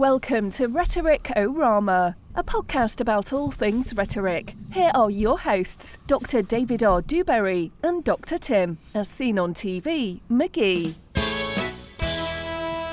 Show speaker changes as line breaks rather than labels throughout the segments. Welcome to Rhetoric Orama, a podcast about all things rhetoric. Here are your hosts, Dr. David R. Dewberry and Dr. Tim, as seen on TV, McGee.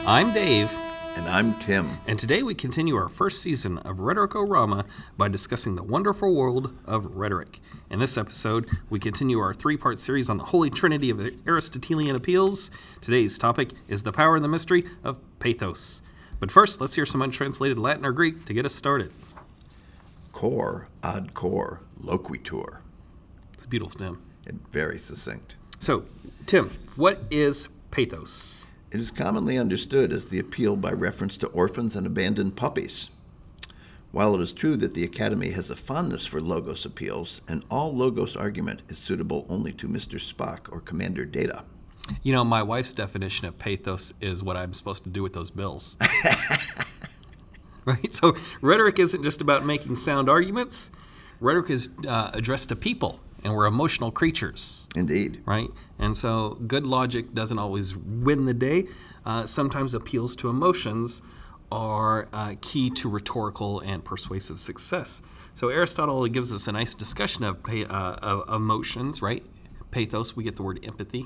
I'm Dave,
And I'm Tim.
and today we continue our first season of Rhetoricorama by discussing the wonderful world of rhetoric. In this episode, we continue our three part series on the Holy Trinity of Aristotelian appeals. Today's topic is the power and the mystery of pathos. But first, let's hear some untranslated Latin or Greek to get us started.
Cor ad cor loquitur.
It's a beautiful, Tim.
And very succinct.
So, Tim, what is pathos?
It is commonly understood as the appeal by reference to orphans and abandoned puppies. While it is true that the Academy has a fondness for Logos appeals, and all Logos argument is suitable only to Mr. Spock or Commander Data.
You know, my wife's definition of pathos is what I'm supposed to do with those bills. right? So, rhetoric isn't just about making sound arguments, rhetoric is uh, addressed to people, and we're emotional creatures,
Indeed.
right? And so, good logic doesn't always win the day. Uh, sometimes appeals to emotions are uh, key to rhetorical and persuasive success. So, Aristotle gives us a nice discussion of, pa- uh, of emotions, right? Pathos, we get the word empathy.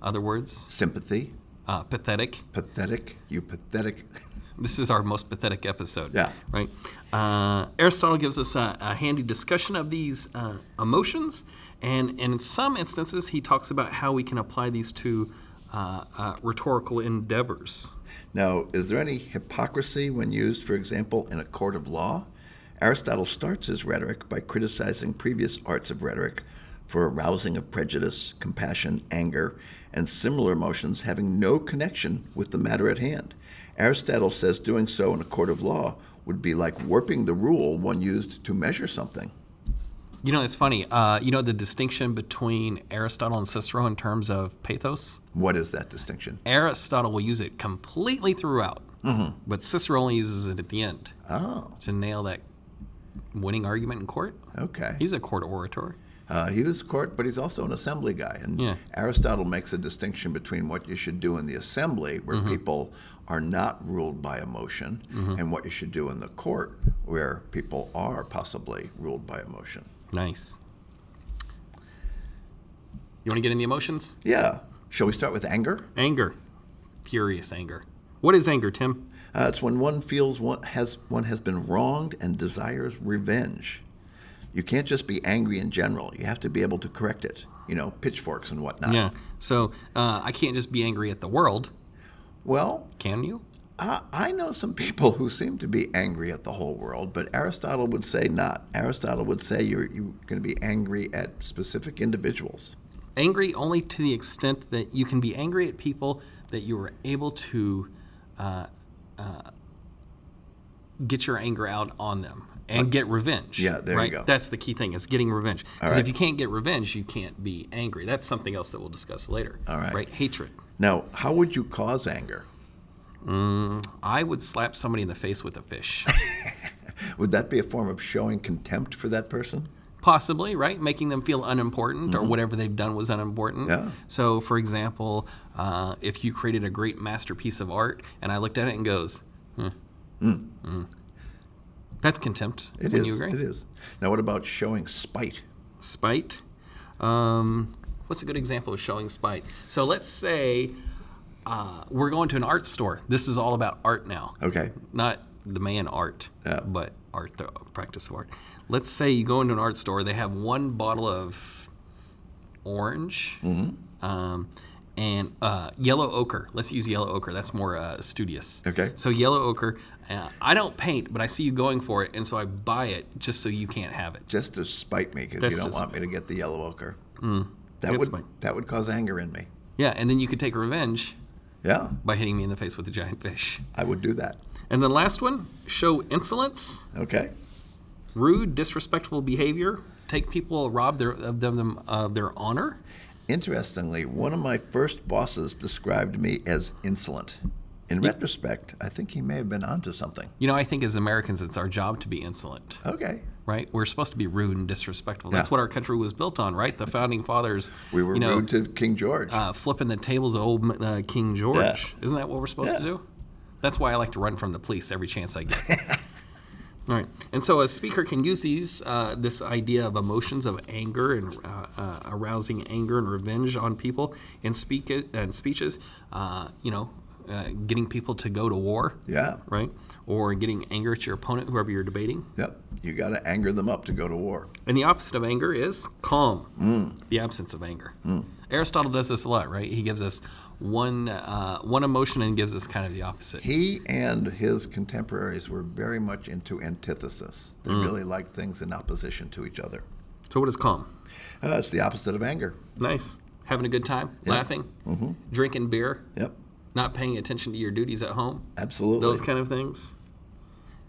Other words?
Sympathy.
uh, pathetic.
Pathetic. You pathetic.
This is our most pathetic episode.
Yeah.
Right. Uh, Aristotle gives us a, a handy discussion of these uh, emotions, and, and in some instances, he talks about how we can apply these to uh, uh, rhetorical endeavors.
Now, is there any hypocrisy when used, for example, in a court of law? Aristotle starts his rhetoric by criticizing previous arts of rhetoric for arousing of prejudice, compassion, anger, and similar emotions having no connection with the matter at hand. Aristotle says doing so in a court of law would be like warping the rule one used to measure something.
You know, it's funny. Uh, you know the distinction between Aristotle and Cicero in terms of pathos.
What is that distinction?
Aristotle will use it completely throughout, but Cicero only uses it at the end
Oh,
to nail that winning argument in court.
okay.
He's a court orator.
Uh, he was court, but he's also an assembly guy. And
Yeah.
Aristotle makes a distinction between what you should do in the assembly, where
Mm-hmm.
people are not ruled by emotion, and what you should do in the court, where people are possibly ruled by emotion.
Nice. You want to get in the emotions?
Yeah. Shall we start with anger?
Anger. Furious anger. What is anger, Tim?
Uh, it's when one feels one has one has been wronged and desires revenge. You can't just be angry in general. You have to be able to correct it. You know, pitchforks and whatnot.
Yeah. So uh, I can't just be angry at the world,
Well,
can you?
I I know some people who seem to be angry at the whole world, but Aristotle would say not. Aristotle would say you're, you're going to be angry at specific individuals.
Angry only to the extent that you can be angry at people that you were able to uh, uh, get your anger out on them and get revenge.
Uh, Yeah, there you
right?
go.
That's the key thing is getting revenge. Because
right.
if you can't get revenge, you can't be angry. That's something else that we'll discuss later. All
right.
Right? Hatred.
Now, how would you cause anger?
I would slap somebody in the face with a fish.
Would that be a form of showing contempt for that person?
Possibly, right? Making them feel unimportant or whatever they've done was unimportant.
Mm-hmm. Yeah.
So, for example, uh, if you created a great masterpiece of art and I looked at it and goes, hmm. hmm." That's contempt.
Mm. It is.
wouldn't you agree?
It is. Now, what about showing spite?
Spite. Um, what's a good example of showing spite? So, let's say uh, we're going to an art store. This is all about art now.
Okay.
not the man art,
Yeah.
but art, the practice of art. Let's say you go into an art store, they have one bottle of orange
Mm-hmm.
um, and uh, yellow ochre. Let's use yellow ochre. That's more uh, studious.
Okay.
So, yellow ochre, uh, I don't paint, but I see you going for it, and so I buy it just so you can't have it.
Just to spite me because
That's
you don't
just- Mm,
want me to get the yellow ochre. That
Good
would
spite.
that would cause anger in me.
Yeah, and then you could take revenge
Yeah,
by hitting me in the face with a giant fish.
I would do that.
And then last one show insolence.
Okay.
rude, disrespectful behavior, take people, rob their, of them, them of their honor.
Interestingly, one of my first bosses described me as insolent. In retrospect, I think he may have been onto something.
You know, I think as Americans, it's our job to be insolent,
Okay.
right? We're supposed to be rude and disrespectful. That's
Yeah.
what our country was built on, right? The founding fathers,
We were
you know,
rude to King George.
uh, flipping the tables of old uh, King George. uh, Isn't that what we're supposed to
Yeah.
do? That's why I like to run from the police every chance I get. All right, and so a speaker can use these uh, this idea of emotions of anger and uh, uh, arousing anger and revenge on people in speak and speeches. Uh, you know, uh, getting people to go to war,
Yeah.
right, or getting anger at your opponent, whoever you're debating.
Yep. You got to anger them up to go to war.
And the opposite of anger is calm, the absence of anger. Aristotle does this a lot, right? He gives us one uh, one emotion and gives us kind of the opposite.
He and his contemporaries were very much into antithesis. They
Mm.
really liked things in opposition to each other.
So what is calm?
Uh, it's the opposite of anger.
Nice, having a good time, laughing, drinking beer,
Yep.
not paying attention to your duties at home,
Absolutely.
those kind of things.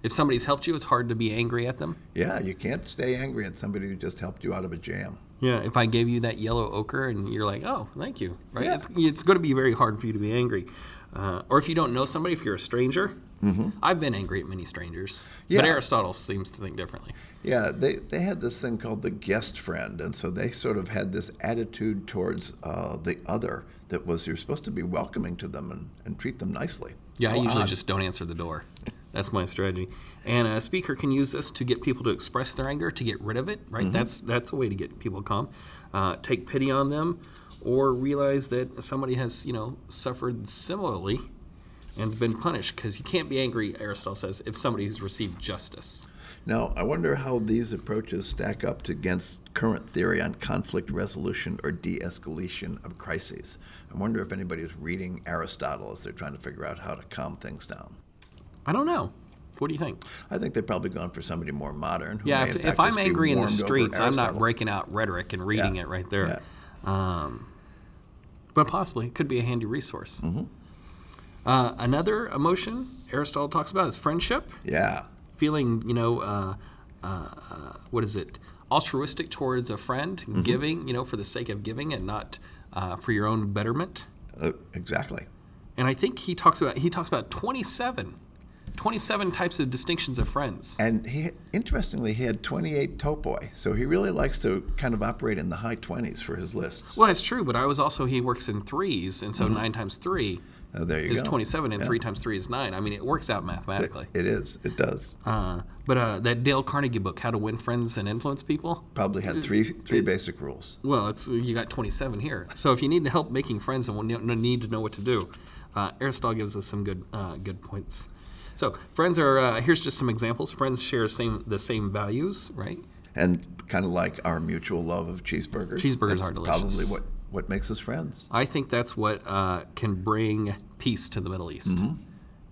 If somebody's helped you, it's hard to be angry at them.
yeah, you can't stay angry at somebody who just helped you out of a jam.
Yeah, if I gave you that yellow ochre and you're like, oh, thank you, right? It's, it's going to be very hard for you to be angry. Uh, or if you don't know somebody, if you're a stranger, I've been angry at many strangers.
Yeah.
But Aristotle seems to think differently.
Yeah, they, they had this thing called the guest friend. And so they sort of had this attitude towards uh, the other that was you're supposed to be welcoming to them and, and treat them nicely.
Yeah, I
How
usually
odd.
just don't answer the door. That's my strategy. And a speaker can use this to get people to express their anger, to get rid of it, right? That's that's a way to get people calm. Uh, take pity on them, or realize that somebody has you know suffered similarly and been punished because you can't be angry. Aristotle says if somebody who's received justice.
Now, I wonder how these approaches stack up to against current theory on conflict resolution or de escalation of crises. I wonder if anybody's reading Aristotle as they're trying to figure out how to calm things down.
I don't know. What do you think?
I think they've probably gone for somebody more modern. Who
Yeah,
may
if,
in
if
fact
I'm
just be
angry in the
warmed over
streets, I'm not
Aristotle.
breaking out rhetoric and reading
Yeah.
it right there. Um, but possibly, it could be a handy resource.
Mm-hmm.
Uh, another emotion Aristotle talks about is friendship,
Yeah,
feeling, you know, uh, uh, uh, what is it? Altruistic towards a friend,
Mm-hmm.
giving, you know, for the sake of giving and not uh, for your own betterment.
uh, exactly.
And I think he talks about he talks about 27, 27 types of distinctions of friends.
And he, interestingly, he had 28 topoi, so he really likes to kind of operate in the high 20s for his lists.
Well, that's true, but I was also he works in threes, and so nine times three
Uh, Mm-hmm. there you
is
go.
twenty-seven, and three times three is nine. I mean, it works out mathematically.
It is. It does.
Uh, but uh, that Dale Carnegie book, How to Win Friends and Influence People.
Probably had three three basic rules.
Well, it's you got twenty-seven here. So if you need help making friends and want- no need to know what to do, uh, Aristotle gives us some good uh, good points. So friends are uh, here's just some examples. Friends share same the same values, right?
and kind of like our mutual love of cheeseburgers.
Cheeseburgers
that's
are delicious.
Probably what what makes us friends.
I think that's what uh, can bring peace to the Middle East.
Mm-hmm.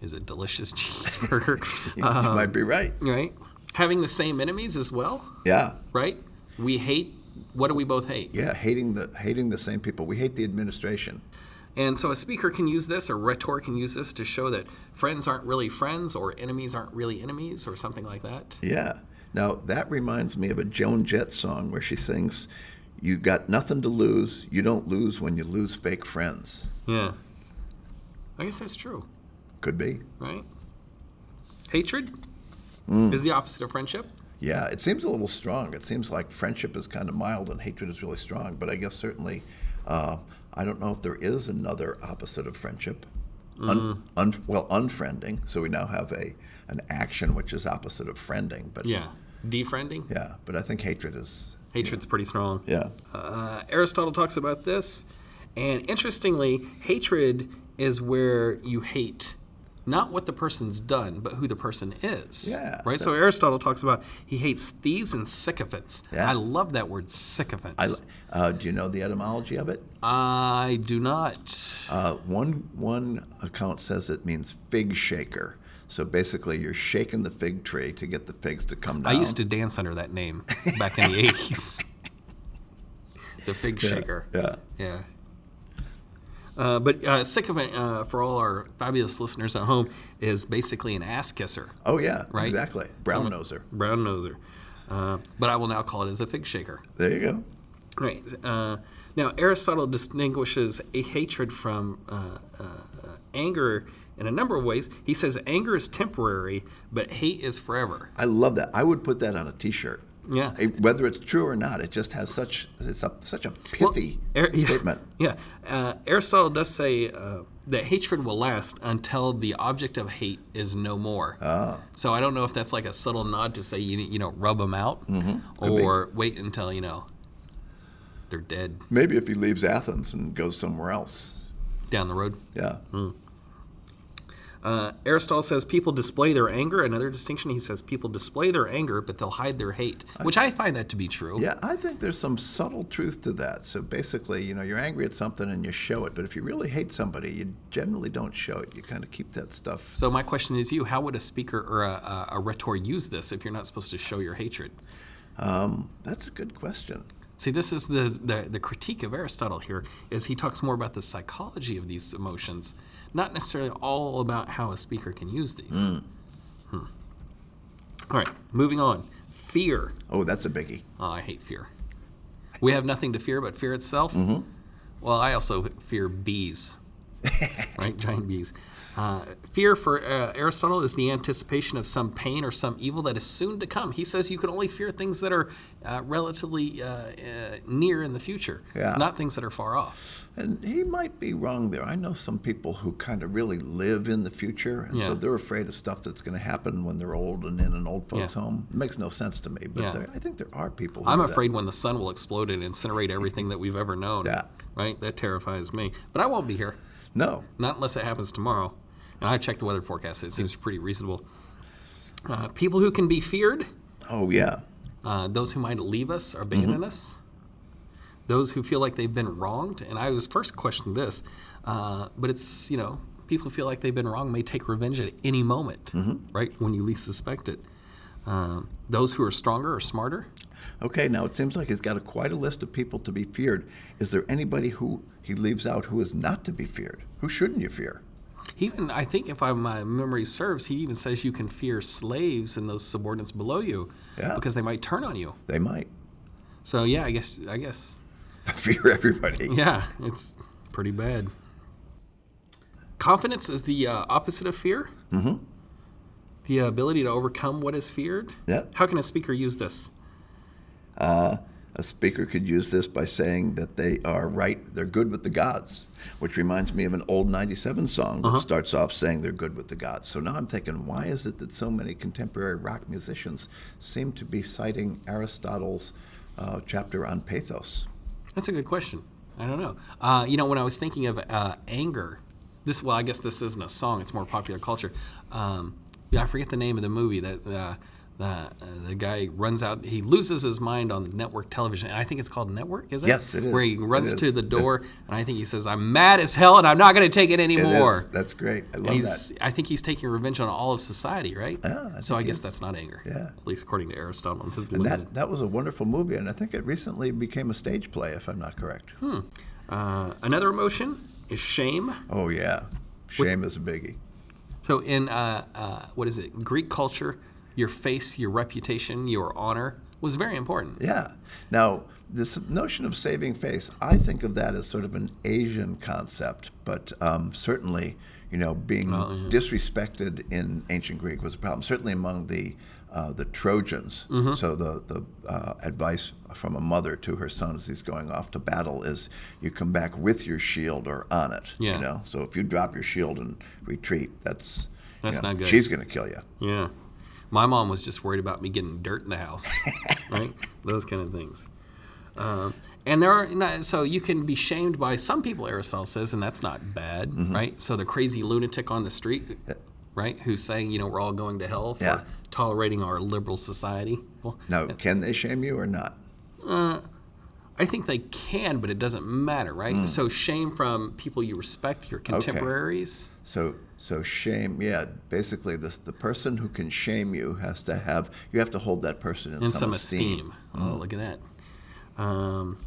Is a delicious cheeseburger, Uh,
You, you
Um,
might be right.
right? Having the same enemies as well,
Yeah,
right? We hate. What do we both hate?
yeah. Hating the hating the same people. We hate the administration.
And so a speaker can use this, a rhetor can use this to show that friends aren't really friends, or enemies aren't really enemies, or something like that.
Yeah. Now that reminds me of a Joan Jett song where she sings, "You got nothing to lose. You don't lose when you lose fake friends."
Yeah. I guess that's true,
Could be.
right? Hatred is the opposite of friendship.
Yeah, it seems a little strong. It seems like friendship is kind of mild and hatred is really strong. But I guess certainly, uh, I don't know if there is another opposite of friendship. Un,
Mm-hmm.
un, well, unfriending. So we now have a an action which is opposite of friending. But
Yeah. Defriending.
yeah. But I think hatred is.
Hatred's pretty strong.
Yeah.
Uh, Aristotle talks about this, and interestingly, hatred is where you hate not what the person's done, but who the person is.
Yeah,
Right. So Aristotle talks about he hates thieves and sycophants.
Yeah.
I love that word sycophants. I,
Uh, do you know the etymology of it?
do not.
Uh, one one account says it means fig shaker. So basically, you're shaking the fig tree to get the figs to come
I
down.
used to dance under that name back in the eighties. The fig shaker.
Yeah.
Yeah. Uh, but uh, sycophant, uh, for all our fabulous listeners at home, is basically an ass kisser.
Oh yeah.
Right.
Exactly. Brown noser.
brown noser. Uh, but I will now call it as a fig shaker.
There you go.
Right. Uh, now, Aristotle distinguishes a hatred from uh, uh, uh, anger in a number of ways. He says anger is temporary, but hate is forever.
I love that. I would put that on a T-shirt.
Yeah.
Eh, Whether it's true or not, it just has such it's a, such a pithy
Ar- yeah,
statement.
Yeah. Uh, Aristotle does say uh, that hatred will last until the object of hate is no more.
Ah,
So I don't know if that's like a subtle nod to say you you know rub them out, or wait until you know they're dead
maybe if he leaves Athens and goes somewhere else.
down the road.
Yeah.
Uh, Aristotle says people display their anger. Another distinction he says people display their anger, but they'll hide their hate, which I find that to be true.
Yeah, I think there's some subtle truth to that. So basically, you know, you're angry at something and you show it, but if you really hate somebody, you generally don't show it. You kind of keep that stuff.
So my question is, you how would a speaker or a, a, a rhetor use this if you're not supposed to show your hatred?
Um, that's a good question.
See, this is the, the the critique of Aristotle here is he talks more about the psychology of these emotions, not necessarily all about how a speaker can use these. Hmm. All right, moving on. Fear.
Oh, that's a biggie.
Oh, I hate fear. We have nothing to fear but fear itself.
Mm-hmm.
Well, I also fear bees, right? Giant bees. Uh, fear for uh, Aristotle is the anticipation of some pain or some evil that is soon to come. He says you can only fear things that are uh, relatively uh, uh, near in the future,
Yeah.
not things that are far off.
And he might be wrong there. I know some people who kind of really live in the future, and
Yeah.
so they're afraid of stuff that's going to happen when they're old and in an old folks'
Yeah.
home. It makes no sense to me, but
Yeah.
there, I think there are people. Who
I'm
do that.
afraid when the sun will explode and incinerate everything that we've ever known.
Yeah.
Right? That terrifies me. But I won't be here,
No,
not unless it happens tomorrow. And I checked the weather forecast, it seems pretty reasonable. Uh, people who can be feared.
oh yeah,
uh, those who might leave us, abandon us, those who feel like they've been wronged. And I was first questioned this, uh, but it's, you know, people feel like they've been wronged may take revenge at any moment, right? When you least suspect it. Um, those who are stronger or smarter.
okay. Now it seems like he's got a, quite a list of people to be feared. Is there anybody who he leaves out who is not to be feared? Who shouldn't you fear?
He even, I think, if I, my memory serves, he even says you can fear slaves and those subordinates below you
Yeah.
because they might turn on you.
They might
So yeah, I guess, I guess
fear everybody.
Yeah, it's pretty bad. Confidence is the uh, opposite of fear. Mm-hmm. The ability to overcome what is feared.
Yep.
How can a speaker use this?
A speaker could use this by saying that they are right, they're good with the gods, which reminds me of an old 97 song that starts off saying they're good with the gods. So now I'm thinking, why is it that so many contemporary rock musicians seem to be citing Aristotle's uh, chapter on pathos?
That's a good question. I don't know. Uh, you know, when I was thinking of uh, anger, this well, I guess this isn't a song; it's more popular culture. Um, yeah, I forget the name of the movie that uh, the uh, the guy runs out. He loses his mind on network television, and I think it's called Network. Is it?
Yes, it is.
Where he
It
runs to
is.
the door, and I think he says, "I'm mad as hell, and I'm not going to take it
It is.
anymore."
That's great. I love
He's,
that.
I think he's taking revenge on all of society, right?
Yeah, I
so
think
I
he
guess
is.
that's not anger.
Yeah.
At least according to Aristotle. and His
And
limited.
that, that was a wonderful movie, and I think it recently became a stage play, if I'm not correct.
uh, another emotion is shame.
Oh, yeah. Shame is a biggie.
So in uh, uh, what is it? Greek culture, your face, your reputation, your honor was very important.
Yeah. Now, this notion of saving face, I think of that as sort of an Asian concept, but um, certainly, you know, being disrespected in ancient Greek was a problem. Certainly among the uh, the Trojans.
Mm-hmm.
So the the uh, advice from a mother to her son as he's going off to battle is, you come back with your shield or on it.
Yeah.
You know. So if you drop your shield and retreat, that's you
That's
know,
not good.
She's going to kill you.
Yeah. My mom was just worried about me getting dirt in the house, right? Those kind of things. Um, and there are, not, so you can be shamed by some people, Aristotle says, and that's not bad, right? So the crazy lunatic on the street, right, who's saying, you know, we're all going to hell for
Yeah.
tolerating our liberal society. Well,
Now, can they shame you or not?
I think they can, but it doesn't matter, right?
Hmm.
So shame from people you respect, your contemporaries.
So, so shame, yeah. Basically, this the person who can shame you has to have you have to hold that person in,
and
some, Hmm.
some esteem. Oh, look at that. Um,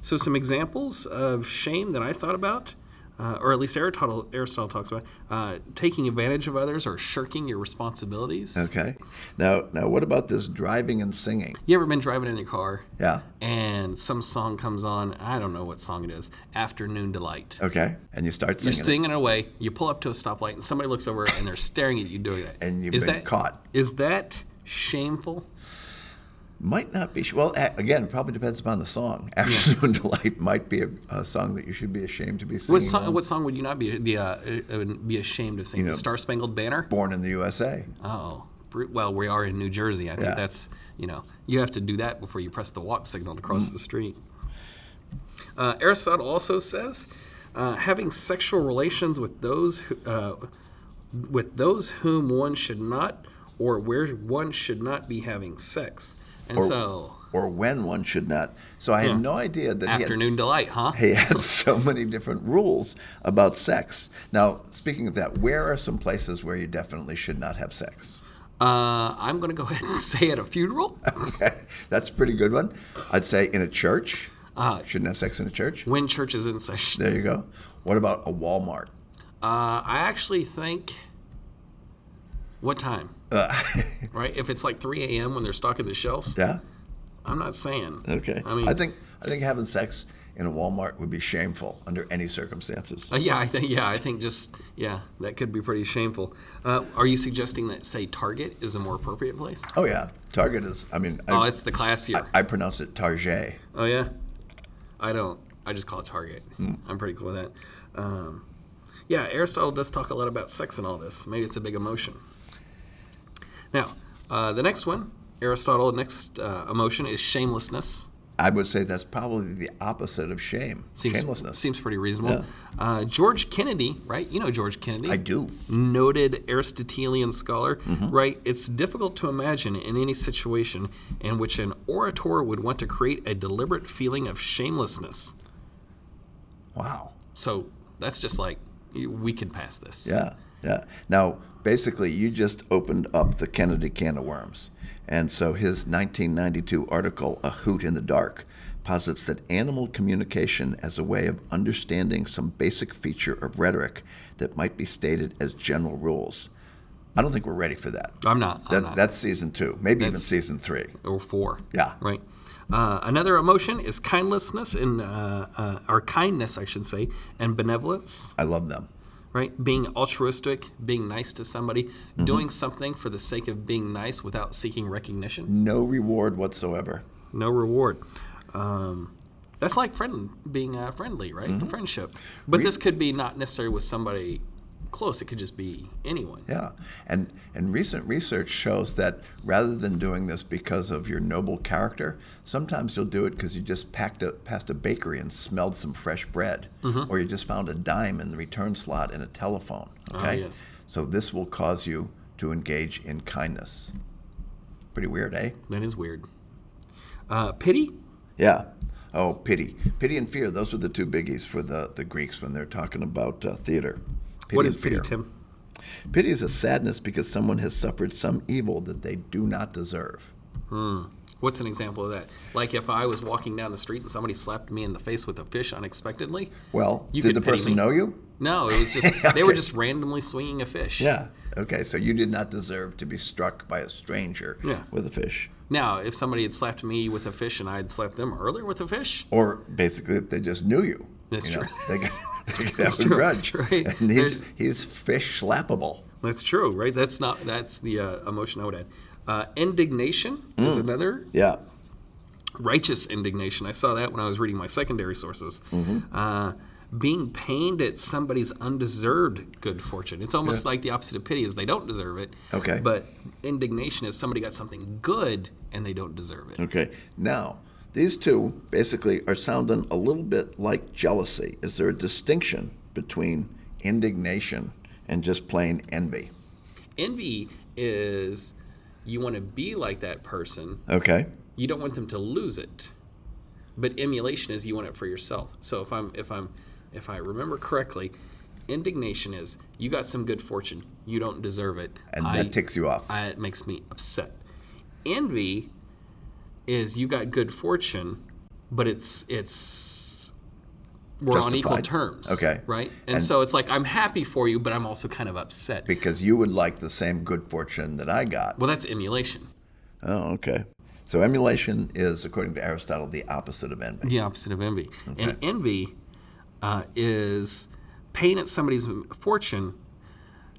so, some examples of shame that I thought about, uh, or at least Aristotle, Aristotle talks about, uh, taking advantage of others or shirking your responsibilities.
Okay. Now, now, what about this driving and singing?
You ever been driving in your car
Yeah.
and some song comes on? I don't know what song it is. Afternoon Delight.
Okay. And you start
You're
singing. it.
singing away. You pull up to a stoplight and somebody looks over and they're staring at you doing it.
And you've
Is
been
that-
caught.
Is that shameful?
Might not be. sh- Well, a- again, probably depends upon the song. Afternoon Delight might be a, a song that you should be ashamed to be singing.
What song,
along-
what song would you not be the uh, uh, would be ashamed of singing?
You know-
the Star Spangled Banner.
Born in the USA.
Oh, bru- well, we are in New Jersey. I think
Yeah.
that's you know you have to do that before you press the walk signal to cross the street. Uh, Aristotle also says uh, having sexual relations with those who, uh, with those whom one should not or where one should not be having sex, and so
Or when one should not. So I had no idea that he
afternoon
had,
delight, huh?
he had so many different rules about sex. Now, speaking of that, where are some places where you definitely should not have sex?
Uh, I'm going to go ahead and say at a funeral,
Okay, that's a pretty good one. I'd say in a church.
Uh,
Shouldn't have sex in a church.
when church is in session.
There you go. What about a Walmart?
Uh, I actually think. What time? right? If it's like 3 a.m. when they're stocking the shelves,
Uh, Yeah.
I'm not saying.
Okay.
I mean,
I think I think having sex in a Walmart would be shameful under any circumstances.
Uh, yeah, I think. Yeah, I think just yeah, that could be pretty shameful. Uh, are you suggesting that say Target is a more appropriate place?
Oh yeah, Target is. I mean,
Oh,
I,
it's the classier.
I pronounce it Target.
oh yeah, I don't. I just call it Target.
Hmm.
I'm pretty cool with that. Um, yeah, Aristotle does talk a lot about sex and all this. Maybe it's a big emotion. Now, uh, the next one, Aristotle, next uh, emotion is shamelessness.
I would say that's probably the opposite of shame.
Seems,
Shamelessness.
Seems pretty reasonable. Uh, George Kennedy, right? You know George Kennedy.
I Mm-hmm. do.
Noted Aristotelian scholar, right? It's difficult to imagine in any situation in which an orator would want to create a deliberate feeling of shamelessness.
Wow.
So that's just like, y- we can pass this.
Yeah. Yeah. Now, basically, you just opened up the Kennedy can of worms. And so his 1992 article, A Hoot in the Dark, posits that animal communication as a way of understanding some basic feature of rhetoric that might be stated as general rules. I don't think we're ready for that.
I'm not. I'm
that
not.
that's season two, maybe even season three.
or four.
Yeah.
Right. Uh, another emotion is kindlessness and uh, uh, or kindness, I should say, and benevolence.
I love them.
Right, being altruistic, being nice to somebody,
Mm-hmm.
doing something for the sake of being nice without seeking recognition,
No reward whatsoever.
no reward. Um, that's like friend being uh, friendly, right?
Mm-hmm.
Friendship, but this could be not necessarily with somebody close. It could just be anyone.
Yeah, and and recent research shows that rather than doing this because of your noble character, sometimes you'll do it because you just packed a, passed a bakery and smelled some fresh bread,
Mm-hmm.
or you just found a dime in the return slot in a telephone. Okay,
Ah, yes.
so this will cause you to engage in kindness. Pretty weird, eh?
That is weird. Uh, pity,
Yeah. Oh, pity, pity and fear. Those were the two biggies for the the Greeks when they're talking about uh, theater. Pity
What
and
is pity,
fear.
Tim?
Pity is a sadness because someone has suffered some evil that they do not deserve.
What's an example of that? Like if I was walking down the street and somebody slapped me in the face with a fish unexpectedly.
Well,
You
did
could
the
pity
person
me.
know you?
No, it was just they were just randomly swinging a fish.
Yeah. Okay, so you did not deserve to be struck by a stranger
Yeah.
with a fish.
Now, if somebody had slapped me with a fish and I had slapped them earlier with a fish,
Or basically, if they just knew you.
That's
you know,
true.
they could, they could have a
true,
grudge.
right?
And he's, he's fish slappable.
that's true, right? That's not that's the uh, emotion I would add. Uh, indignation
Mm.
is another
Yeah.
righteous indignation. I saw that when I was reading my secondary sources.
Mm-hmm.
Uh, being pained at somebody's undeserved good fortune. It's almost like the opposite of pity is they don't deserve it.
Okay.
But indignation is somebody got something good and they don't deserve it.
Okay, now, these two basically are sounding a little bit like jealousy. Is there a distinction between indignation and just plain envy?
Envy is you want to be like that person.
Okay.
You don't want them to lose it. But emulation is you want it for yourself. So if I'm if I'm if I remember correctly, indignation is you got some good fortune, you don't deserve it.
And
I-
that ticks you off.
I, it makes me upset. Envy is you got good fortune, but it's it's we're on equal
Justified.
terms.
Okay.
Right? And, so it's like I'm happy for you, but I'm also kind of upset.
because you would like the same good fortune that I got.
well, that's emulation.
Oh, okay. So emulation is, according to Aristotle, the opposite of envy.
The opposite of envy. And envy uh, is pain at somebody's fortune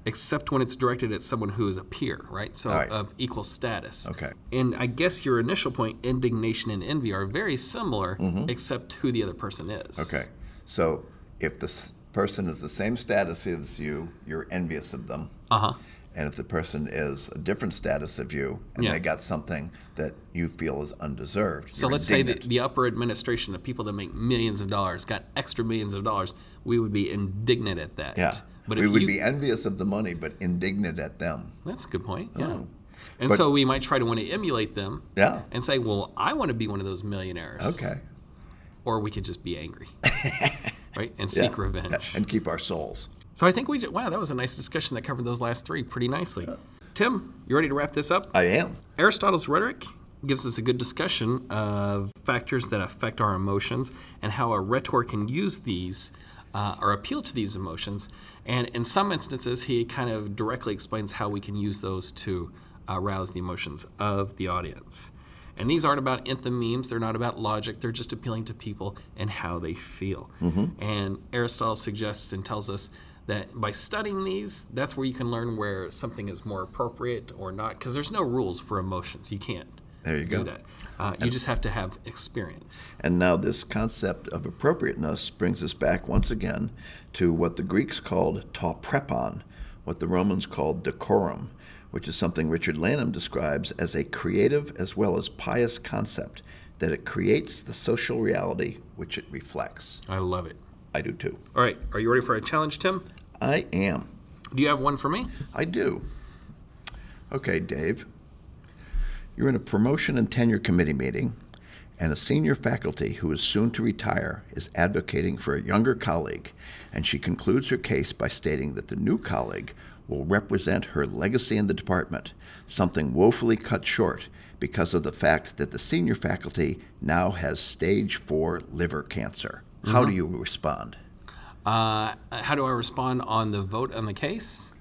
except when it's directed at someone who is a peer, right? So
All right.
of equal status.
Okay.
And I guess your initial point, indignation and envy, are very similar, except who the other person is.
Mm-hmm. Okay. So if this person is the same status as you, you're envious of them.
Uh huh.
And if the person is a different status of you and
Yeah.
they got something that you feel is undeserved,
So let's say that the upper administration, the people that make millions of dollars, got extra millions of dollars, we would be indignant at that.
yeah,
But
we
if
would
you,
be envious of the money, but indignant at them.
That's a good point. Yeah. And
Oh. But-
so we might try to want to emulate them.
Yeah.
And say, well, I want to be one of those millionaires.
Okay,
Or we could just be angry. right? And seek
Yeah.
revenge.
and keep our souls.
So I think we did, wow, that was a nice discussion that covered those last three pretty nicely. Tim, you ready to wrap this up?
I am.
Aristotle's rhetoric gives us a good discussion of factors that affect our emotions and how a rhetor can use these uh, or appeal to these emotions. And in some instances, he kind of directly explains how we can use those to uh, arouse the emotions of the audience. And these aren't about anthem memes. They're not about logic. They're just appealing to people and how they feel.
Mm-hmm.
And Aristotle suggests and tells us that by studying these, that's where you can learn where something is more appropriate or not, because there's no rules for emotions. You can't
There you
do
go.
that. Uh, you just have to have experience.
And now, this concept of appropriateness brings us back once again to what the Greeks called ta prepon, what the Romans called decorum, which is something Richard Lanham describes as a creative as well as pious concept, that it creates the social reality which it reflects.
I love it.
I do too.
All right, are you ready for a challenge, Tim?
I am.
Do you have one for me?
I do. Okay, Dave. You're in a promotion and tenure committee meeting, and a senior faculty who is soon to retire is advocating for a younger colleague, and she concludes her case by stating that the new colleague will represent her legacy in the department, something woefully cut short because of the fact that the senior faculty now has stage four liver cancer. How do you
Mm-hmm.
respond?
Uh, how do I respond on the vote on the case?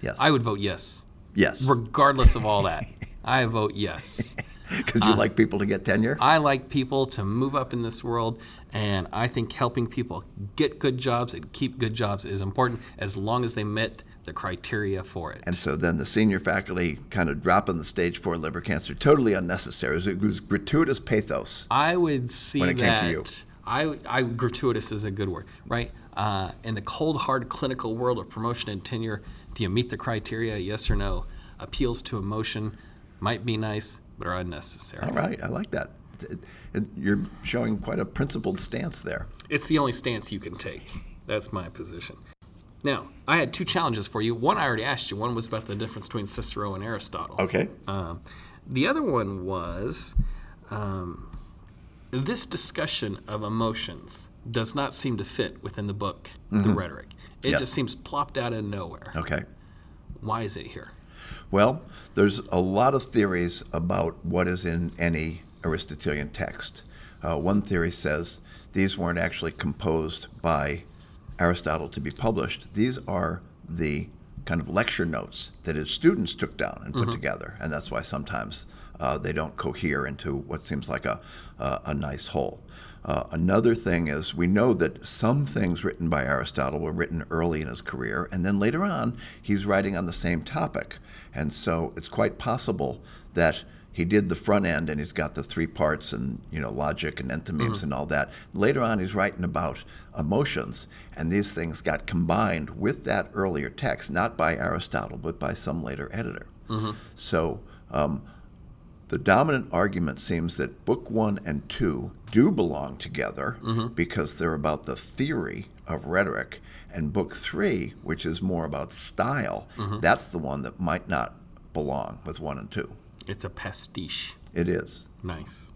Yes.
I would vote yes,
Yes.
regardless of all that. I vote yes.
Because
Uh,
you like people to get tenure?
I like people to move up in this world, and I think helping people get good jobs and keep good jobs is important as long as they met the criteria for it.
And so then the senior faculty kind of dropping the stage four liver cancer, totally unnecessary. It was, it was gratuitous pathos.
I would see
When it came
that.
to you.
I, I gratuitous is a good word, right? Uh, in the cold hard clinical world of promotion and tenure, do you meet the criteria? Yes or no? Appeals to emotion might be nice, but are unnecessary.
All right, I like that. It- it- you're showing quite a principled stance there.
It's the only stance you can take. That's my position. Now, I had two challenges for you. One I already asked you. One was about the difference between Cicero and Aristotle.
Okay.
Um, the other one was um, this discussion of emotions does not seem to fit within the book, The Rhetoric. It
Mm-hmm. Yeah.
just seems plopped out of nowhere.
Okay.
Why is it here?
Well, there's a lot of theories about what is in any Aristotelian text. Uh, one theory says these weren't actually composed by Aristotle to be published. These are the kind of lecture notes that his students took down and put together, and that's why sometimes uh, they don't cohere into what seems like a, uh, a nice whole. Uh, another thing is we know that some things written by Aristotle were written early in his career, and then later on he's writing on the same topic. And so it's quite possible that he did the front end and he's got the three parts and you know logic and enthymemes and all that. Later on he's writing about emotions, and these things got combined with that earlier text, not by Aristotle but by some later editor. So um, the dominant argument seems that book one and two do belong together because they're about the theory of rhetoric, and book three, which is more about style, that's the one that might not belong with one and two.
It's a pastiche.
It is.
Nice.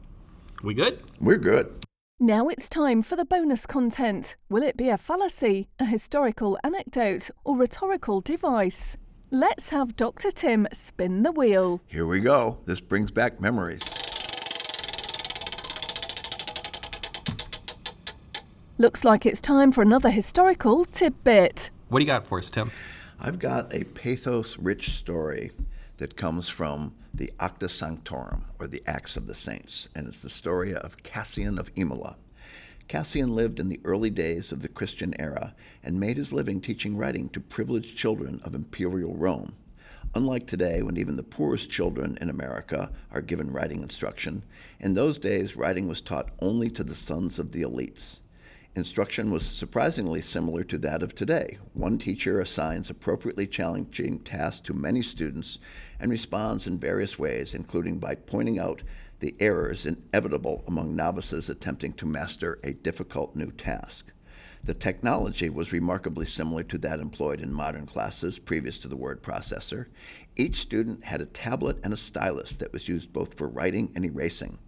We good?
We're good.
Now it's time for the bonus content. Will it be a fallacy, a historical anecdote, or rhetorical device? Let's have Dr. Tim spin the wheel.
Here we go. This brings back memories.
Looks like it's time for another historical tidbit.
What do you got for us, Tim?
I've got a pathos rich story that comes from the Acta Sanctorum, or the Acts of the Saints, and it's the story of Cassian of Imola. Cassian lived in the early days of the Christian era and made his living teaching writing to privileged children of imperial Rome. Unlike today, when even the poorest children in America are given writing instruction, in those days writing was taught only to the sons of the elites. Instruction was surprisingly similar to that of today. One teacher assigns appropriately challenging tasks to many students and responds in various ways, including by pointing out the errors inevitable among novices attempting to master a difficult new task. The technology was remarkably similar to that employed in modern classes previous to the word processor. Each student had a tablet and a stylus that was used both for writing and erasing.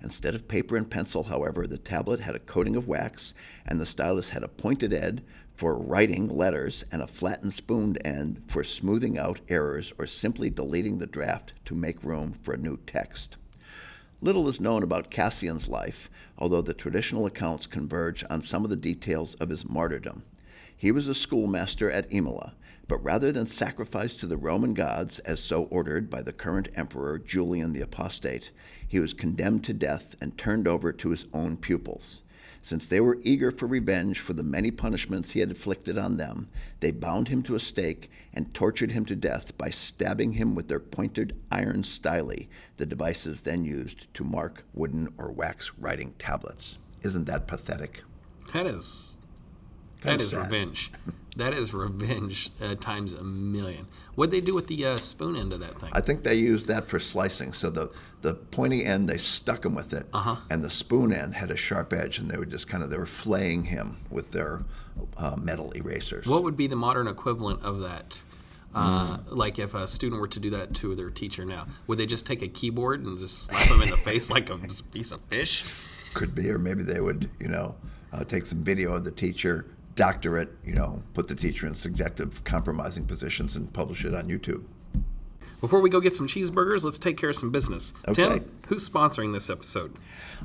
Instead of paper and pencil, however, the tablet had a coating of wax and the stylus had a pointed end for writing letters and a flattened spooned end for smoothing out errors or simply deleting the draft to make room for a new text. Little is known about Cassian's life, although the traditional accounts converge on some of the details of his martyrdom. He was a schoolmaster at Imola, but rather than sacrifice to the Roman gods, as so ordered by the current emperor Julian the Apostate, he was condemned to death and turned over to his own pupils. Since they were eager for revenge for the many punishments he had inflicted on them, they bound him to a stake and tortured him to death by stabbing him with their pointed iron styli, the devices then used to mark wooden or wax writing tablets. Isn't that pathetic?
That is that
Kinda
is
sad.
revenge. That is revenge uh, times a million. What'd they do with the uh, spoon end of that thing?
I think they used that for slicing. So the, the pointy end, they stuck him with it, and the spoon end had a sharp edge, and they were just kind of they were flaying him with their uh, metal erasers.
what would be the modern equivalent of that? Uh, Like if a student were to do that to their teacher now, would they just take a keyboard and just slap them in the face like a piece of fish?
could be, or maybe they would, you know, uh, take some video of the teacher, doctor it, you know, put the teacher in subjective compromising positions and publish it on YouTube.
Before we go get some cheeseburgers, let's take care of some business.
Okay.
Tim, who's sponsoring this episode?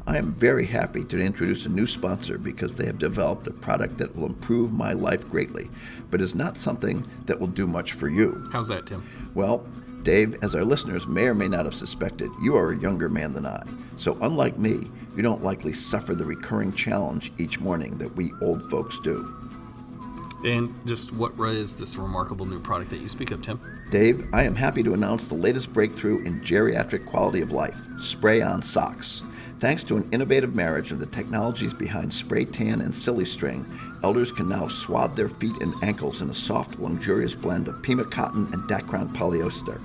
I am very happy to introduce a new sponsor because they have developed a product that will improve my life greatly, but is not something that will do much for you.
How's that, Tim?
Well, Dave, as our listeners may or may not have suspected, you are a younger man than I. So, unlike me, you don't likely suffer the recurring challenge each morning that we old folks do.
And just what is this remarkable new product that you speak of, Tim?
Dave, I am happy to announce the latest breakthrough in geriatric quality of life spray on socks. Thanks to an innovative marriage of the technologies behind spray tan and silly string, elders can now swathe their feet and ankles in a soft, luxurious blend of Pima cotton and Dacron polyester.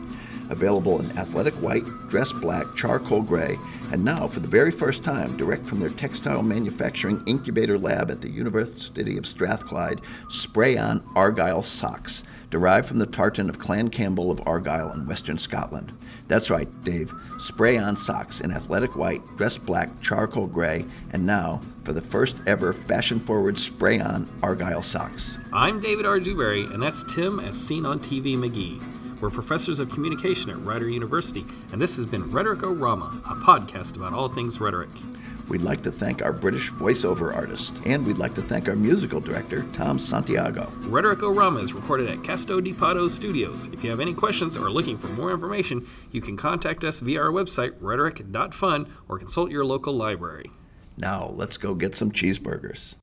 Available in athletic white, dress black, charcoal gray, and now, for the very first time, direct from their textile manufacturing incubator lab at the University of Strathclyde, spray on Argyle socks derived from the tartan of Clan Campbell of Argyll in western Scotland. That's right, Dave. Spray on socks in athletic white, dress black, charcoal gray, and now for the first ever fashion forward spray on Argyle socks.
I'm David R. Dewberry, and that's Tim as seen on TV McGee. We're professors of communication at Rider University, and this has been Rhetoric Orama, a podcast about all things rhetoric.
We'd like to thank our British voiceover artist, and we'd like to thank our musical director, Tom Santiago.
Rhetoric Orama is recorded at Casto di Pato Studios. If you have any questions or are looking for more information, you can contact us via our website, rhetoric.fun, or consult your local library.
Now, let's go get some cheeseburgers.